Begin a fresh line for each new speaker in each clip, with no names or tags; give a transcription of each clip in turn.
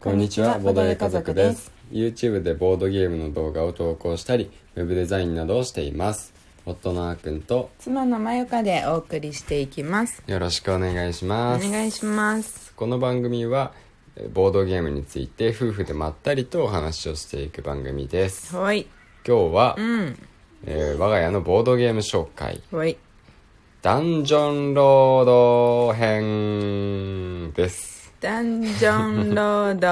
こんにちは、ボードゲー家族で
こ
す。YouTube でボードゲームの動画を投稿したり、ウェブデザインなどをしています。夫のあーくんと、
妻のまゆかでお送りしていきます
よろしくお願いし
お
ます。
願いします
この番組は、えボードゲームについて夫婦でまったりとお話をしていく番組です。
ほい
今日は、
うん
えー我が家のボードゲーム紹介、
ほい
ダンジョンロード編です。
ダンジョンロード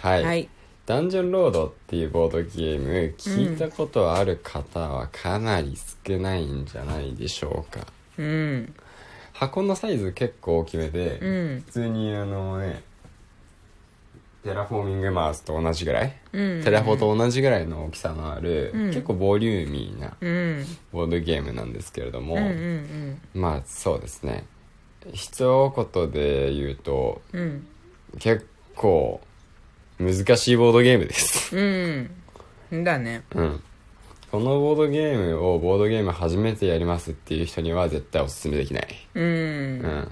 はい、
ダンジョンロードっていうボードゲーム聞いたことある方はかなり少ないんじゃないでしょうか
うん
箱のサイズ結構大きめで、
うん
普通にあのねテラフォーミングマウスと同じぐらい、
うん
テラフォと同じぐらいの大きさのある、
ん
結構ボリューミーな
うん
ボードゲームなんですけれども、
うんうん
まあそうですね一言で言うと
うんうん
結構難しいボードゲームです
うんだね
うん。このボードゲームをボードゲーム初めてやりますっていう人には絶対おすすめできない。
うん
うん。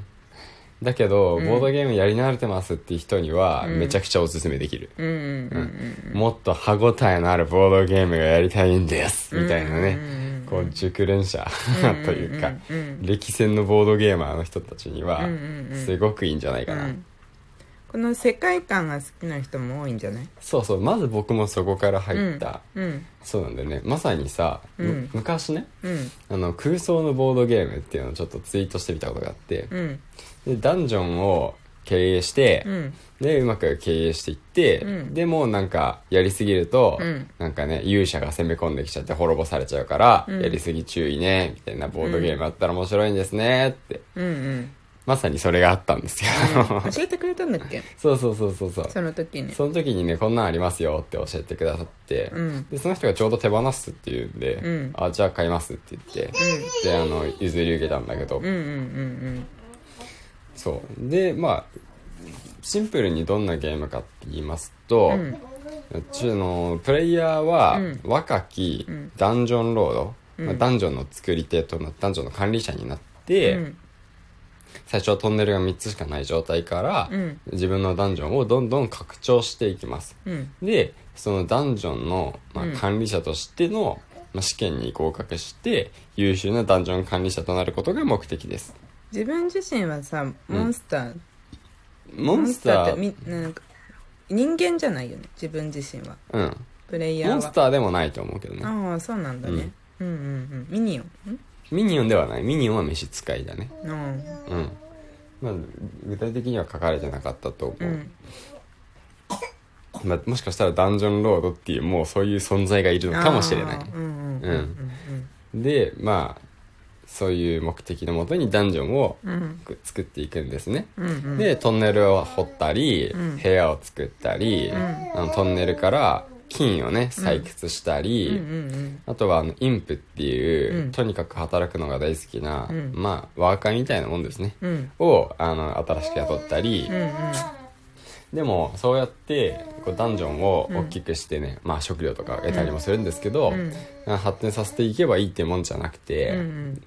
だけど、ボードゲームやり慣れてますっていう人には、めちゃくちゃおすすめできる。
うんうん
もっと歯応えのあるボードゲームがやりたいんですみたいなね、こう熟練者 というか、歴戦のボードゲーマーの人たちには、すごくいいんじゃないかな。
この世界観が好きな人も多いんじゃない
そうそう、まず僕もそこから入った。
うん
そうなんだよね。まさにさ、む
うん
昔ね、
うん
あの空想のボードゲームっていうのをちょっとツイートしてみたことがあって、
うん
でダンジョンを経営して、
うん
でうまく経営していって、
うん
でもうなんかやりすぎると、
うん
なんかね勇者が攻め込んできちゃって滅ぼされちゃうから、
うん
やりすぎ注意ねみたいなボードゲームあったら面白いんですねって、
うん
まさにそれがあったんですけど、
うん教えてくれたんだっけ
そうそうそうそうそう
その時に
その時にねこんなんありますよって教えてくださって、
うん
でその人がちょうど手放すっていうんで、
うん
あじゃあ買いますって言って、であの譲り受けたんだけど、
うんうん
そうでまあシンプルにどんなゲームかって言いますと、う
うん
ちのプレイヤーは
ん
若きダンジョンロード、まあダンジョンの作り手となダンジョンの管理者になっ
う
て、
んうん
最初はトンネルが3つしかない状態から、
うん
自分のダンジョンをどんどん拡張していきます、
うん
でそのダンジョンの、まあ
うん、
管理者としての、まあ、試験に合格して優秀なダンジョン管理者となることが目的です
自分自身はさモンスター、
モンスタ
って
ー
みなんか人間じゃないよね自分自身は
うん
プレイヤーは
モンスターでもないと思うけどね
ああそうなんだね、うん、うんうんミニオン
ミニオンではないミニオンは召使いだね
んうん
うんまあ具体的には書かれてなかったと思
う
う、
ん
まあ、もしかしたらダンジョンロードっていうもうそういう存在がいるのかもしれない
あーうんうん
でまあそういう目的のもとにダンジョンを
うん
く作っていくんですね、
うんうん
でトンネルを掘ったり、
ん
部屋を作ったり、あのトンネルから金をね採掘したり、
うんうん
あとはあのインプっていう、
うん
とにかく働くのが大好きな、
ん
まあワーカーみたいなもんですね、
うんうん
をあの新しく雇ったり、
うんうん
でもそうやってこうダンジョンを大きくしてね、まあ、食料とか得たりもするんですけど、あ発展させていけばいいってもんじゃなくて、
うん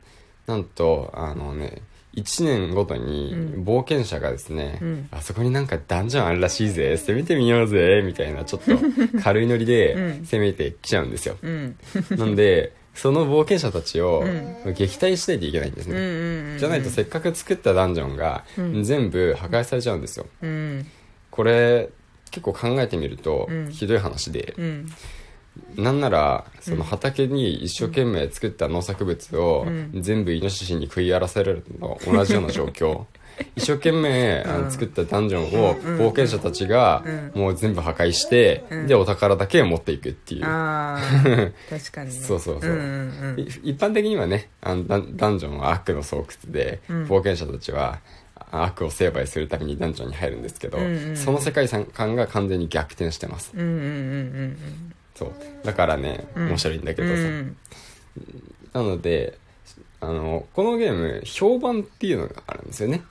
なんとあのね1年ごとに冒険者がですね、
ん
あそこになんかダンジョンあるらしいぜ攻めてみようぜみたいなちょっ と軽いノリで攻めてきちゃうんですよ、
うんうん
なんでその冒険者たちを撃退しないといけないんですね、
うん
じゃないとせっかく作ったダンジョンが全部破壊されちゃうんですよ、
うん
これ結構考えてみると
うん
ひどい話で
う、ん
なんならその畑に一生懸命作った農作物を
うん
全部イノシシに食い荒らされるのと同じような状 況一生懸命あの作ったダンジョンを冒険者たちがもう全部破壊してでお宝だけ持っていくっていう
ああ確かにね
そうそうそう
うんうんう
い
ん
一般的にはねあのダンダンジョンは悪の巣窟で、冒険者たちはあ悪を成敗するためにダンジョンに入るんですけど、
んうんうん
その世界観が完全に逆転してます
うんうんうんうん
そうだからね
ん
面白いんだけ
う
どさ、
ん
なのであのこのゲーム評判っていうのがあるんですよね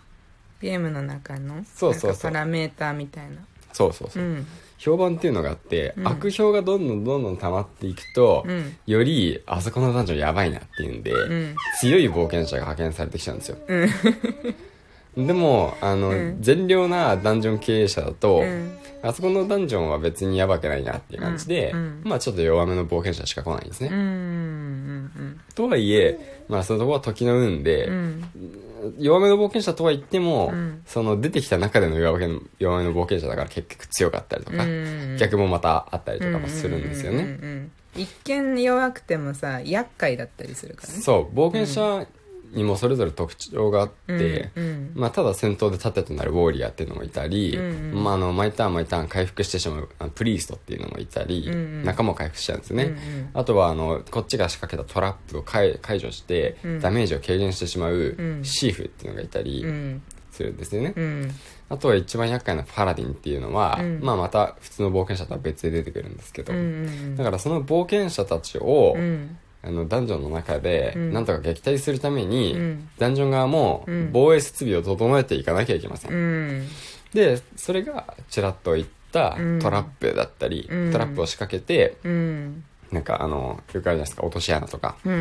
ゲームの中の
そうそうそう
なんかパラメーターみたいな
そうそう
う
そう、
ん
評判っていうのがあって、悪評がどんどんどんどん溜まっていくと、
うん
よりあそこのダンジョンやばいなっていうんで、
うん
強い冒険者が派遣されてきたんですよ、でもあの、
ん
善良なダンジョン経営者だと、
ん
あそこのダンジョンは別にやばくないなっていう感じで、まあちょっと弱めの冒険者しか来ないんですね、
うんうん
とはいえ、まあ、そのとこは時の運で、
うんうん
弱めの冒険者とは言っても、
ん
その出てきた中での弱めの弱めの冒険者だから結局強かったりとか、
うん
逆もまたあったりとかもするんですよね、
うんうんうんうん一見弱くてもさ厄介だったりするからね
そう冒険者にもそれぞれ特徴があって、
うんうん
まあ、ただ戦闘で盾となるウォーリアーっていうのもいたり、
うん
まあ、あの毎ターン毎ターン回復してしまうあのプリーストっていうのもいたり、
うんうん
仲間を回復しちゃうんですね、
うんうん
あとはあのこっちが仕掛けたトラップを解解除して、
ん
ダメージを軽減してしまうんシーフっていうのがいたり
うん
するんですよね、
うん
あとは一番厄介なパラディンっていうのは、
うん
まあ、また普通の冒険者とは別で出てくるんですけど、
うんうん
だからその冒険者たちを、
うん
あのダンジョンの中で
うん
なんとか撃退するために、
うん
ダンジョン側も
うん
防衛設備を整えていかなきゃいけません、
うん
でそれがちらっと言った
うん
トラップだったり、
うん
トラップを仕掛けて
うん
なんかあのよくあるじゃないですか落とし穴とか、
うんう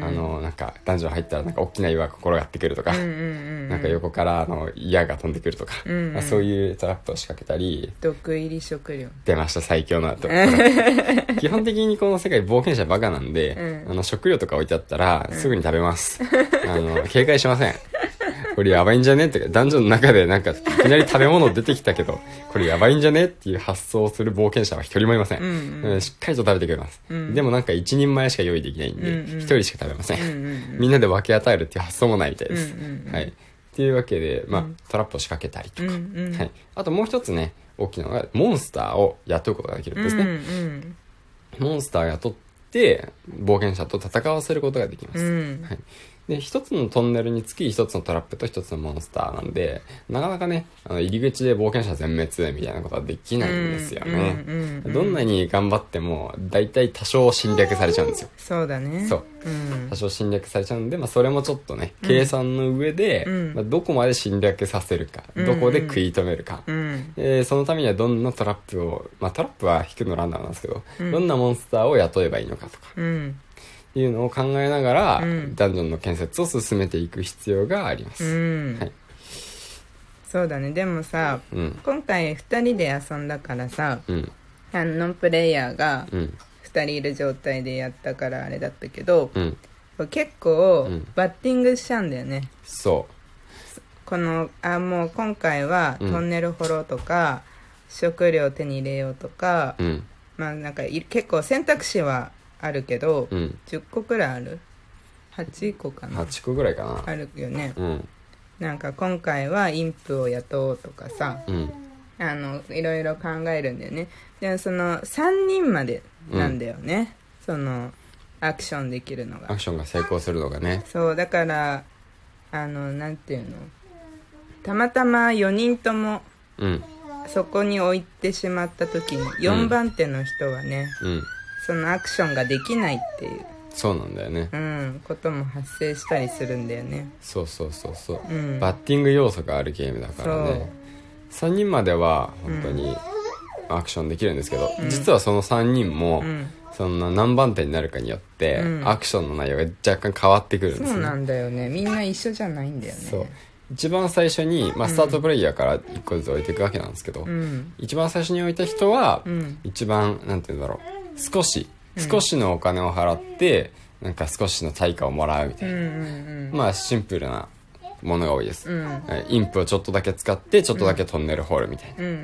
ん
あのなんかダンジョン入ったらなんか大きな岩が転がってくるとか、
うんうん
なんか横からあの矢が飛んでくるとか、
うん
まあそういうトラップを仕掛けたり
毒入り食料
出ました最強 なと基本的にこの世界冒険者バカなんで、
うん
あの食料とか置いてあったらすぐに食べます、あの警戒しませんこれやばいんじゃねってかダンジョンの中でなんかいきなり食べ物出てきたけどこれやばいんじゃねっていう発想をする冒険者は一人もいません、
うん
うんしっかりと食べてくれます、でもなんか一人前しか用意できないんで
うん
一、人しか食べません、
うんうん
みんなで分け与えるっていう発想もないみたいです、
うんうんうん
はいっていうわけで、まあトラップを仕掛けたりとか、
うんうん
はい、あともう一つね大きなのがモンスターを雇うことができるんですね、
うん
モンスターを雇って冒険者と戦わせることができます、
うん
はい、で一つのトンネルにつき一つのトラップと一つのモンスターなんでなかなかねあの入り口で冒険者全滅みたいなことはできないんですよね、
うんうんうん
どんなに頑張っても大体多少侵略されちゃうんですよ
そうだね
そう
うん
多少侵略されちゃうんで、まあ、それもちょっとね、計算の上で、
うん
まあ、どこまで侵略させるか、
うん
どこで食い止めるか、
うん
えーそのためにはどんなトラップを、まあ、トラップは引くのランダムなんですけど、
うん
どんなモンスターを雇えばいいのかとか
うん
いうのを考えながら、
うん
ダンジョンの建設を進めていく必要があります、
うん
はい
そうだねでもさ
うん
今回2人で遊んだからさ
うん
あのノンプレイヤーが
うん
2人いる状態でやったからあれだったけど
うん
結構
うん
バッティングしちゃうんだよね
そ
このあもう今回は
うん
トンネル掘ろうとか食料手に入れようとか
ううん
まあなんかい結構選択肢はあるけど
うん
10個くらいある8個かな
8個ぐらいかな
あるよね
うん
なんか今回はインプを雇おうとかさ
うん
あのいろいろ考えるんだよねでその3人までなんだよね、そのアクションできるの
ア
が
クションが成功するのがね
そうだからあのなんていうのたまたま4人とも
うん
そこに置いてしまった時に4番手の人はね、
うん
そのアクションができないっていう、
そうなんだよね
うん、ことも発生したりするんだよね
そうそうそうそう、
うん
バッティング要素があるゲームだからね3人までは本当にアクションできるんですけど、実はその3人も、
ん
その何番手になるかによって、
うん
アクションの内容が若干変わってくるんです
そう
ね
なんだよねみんな一緒じゃないんだよね
そう一番最初に、まあ、スタートプレイヤーから1個ずつ置いていくわけなんですけど、
うん
一番最初に置いた人は、
ん
一番なんて言うんだろう少し少しのお金を払って、なんか少しの対価をもらうみたいな
うんうん
まあシンプルなものが多いです、
ん
はいインプをちょっとだけ使ってちょっとだけトンネル掘るみたいな
うんうんう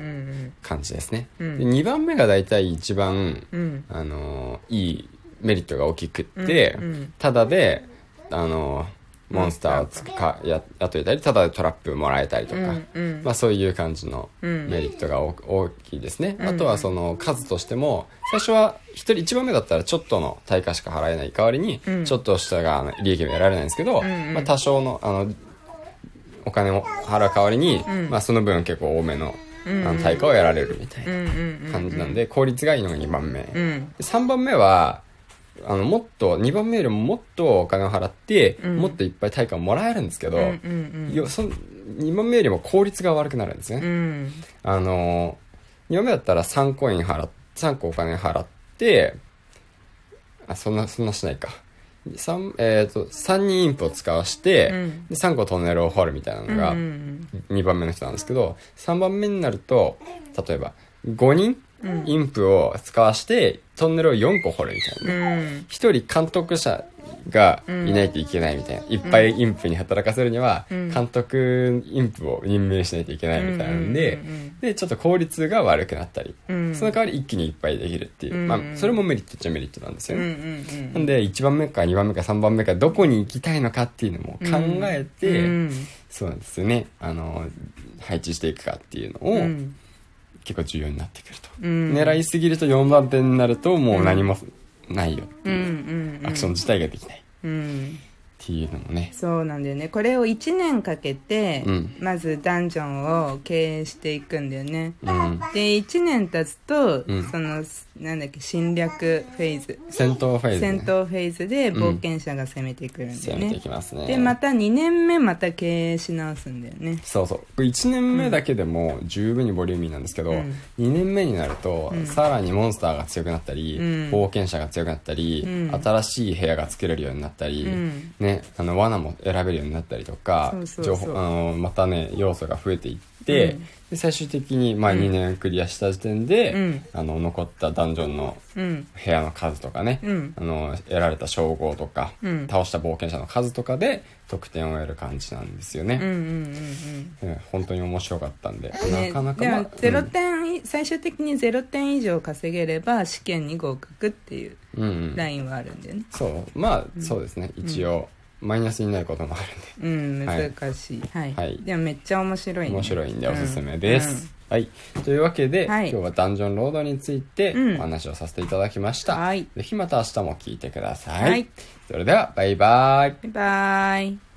ん
感じですね、
ん
で2番目が大体一番、
うん
あのーいいメリットが大きくって、
うんうん
ただで、あのーモンスターをつかや雇えたりただでトラップもらえたりとか、
うんうん
まあ、そういう感じの
うん
メリットがお大きいですね、あとはその数としても最初は1人1番目だったらちょっとの対価しか払えない代わりに
ん
ちょっとしたがあの利益も得られないんですけど、
んうん
まあ、多少のあのお金を払う代わりに、まあ、その分結構多めのあ
うんうん
の対価を得られるみたい
うんうん
な感じなんで効率がいいのが2番目、
う
で
ん
3番目はあのもっと2番目よりももっとお金を払って、
ん
もっといっぱい対価をもらえるんですけど、
うんうん
よそ2番目よりも効率が悪くなるんですね、
うん
あの2番目だったら3コイン払っ3個お金払ってあそんなそんなしないか三えー、と3人インプを使わして、
うん
で3個トンネルを掘るみたいなのが
うんうん
2番目の人なんですけど3番目になると例えば5人インプを使わしてトンネルを4個掘るみたいな、
うんうん
一人監督者がいないといけないみたいな、いっぱいインプに働かせるには監督インプを任命しないといけないみたいなんで、
うんうんうんうん
でちょっと効率が悪くなったり、
うん
その代わり一気にいっぱいできるっていう、
うん
まあ、それもメリットっちゃメリットなんですよ
うん
ね、
うん
なんで1番目か2番目か3番目かどこに行きたいのかっていうのも考えて、
うん
そうなんですよねあの配置していくかっていうのを、
うん
結構重要になってくると、
うん
狙いすぎると4番手になるともう何もないよって
う
いう、
んうん
アクション自体ができないっ
うん
ていうのもね
そうなんだよねこれを1年かけて、
うん
まずダンジョンを経営していくんだよね
うん
で1年経つと、
うん
そのなんだっけ侵略フェーズ
戦闘フェーズ、ね、
戦闘フェーズで
うん
冒険者が攻めてくるんだ
攻
よ
めてい
ね、
きますね
でまた2年目また経営し直すんだよね
そうそう1年目だけでも十分にボリューミーなんですけど、
うん
2年目になるとさらにモンスターが強くなったり、
うん
冒険者が強くなったり、
うん
新しい部屋が作れるようになったり、
うん
ね、あの罠も選べるようになったりとか
そうそうそう
情報あのまたね要素が増えていって、
うん
で最終的に、まあ、2年クリアした時点で、
うん
あの残ったダンジョンの
うん
部屋の数とかね、
うん
あの得られた称号とか、
うん
倒した冒険者の数とかで得点を得る感じなんですよね。
うんうんうんうん
うん本当に面白かったんで、
ね
なかなか
で
まあ
もゼロ
うん
点、最終的に0点以上稼げれば試験に合格っていう
うんうん
ラインはあるんだよね
そうまあ、そうですね一応、マイナスになることもあるんで
うん
はい
難しい、はい
はい
でもめっちゃ面白い、ね、
面白いんで
う
おすすめです、はいというわけで、
はい
今日はダンジョンロードについて
うん
お話をさせていただきました、
はい
ぜひまた明日も聞いてください、
はい
それではバイバイ
うんバイバイ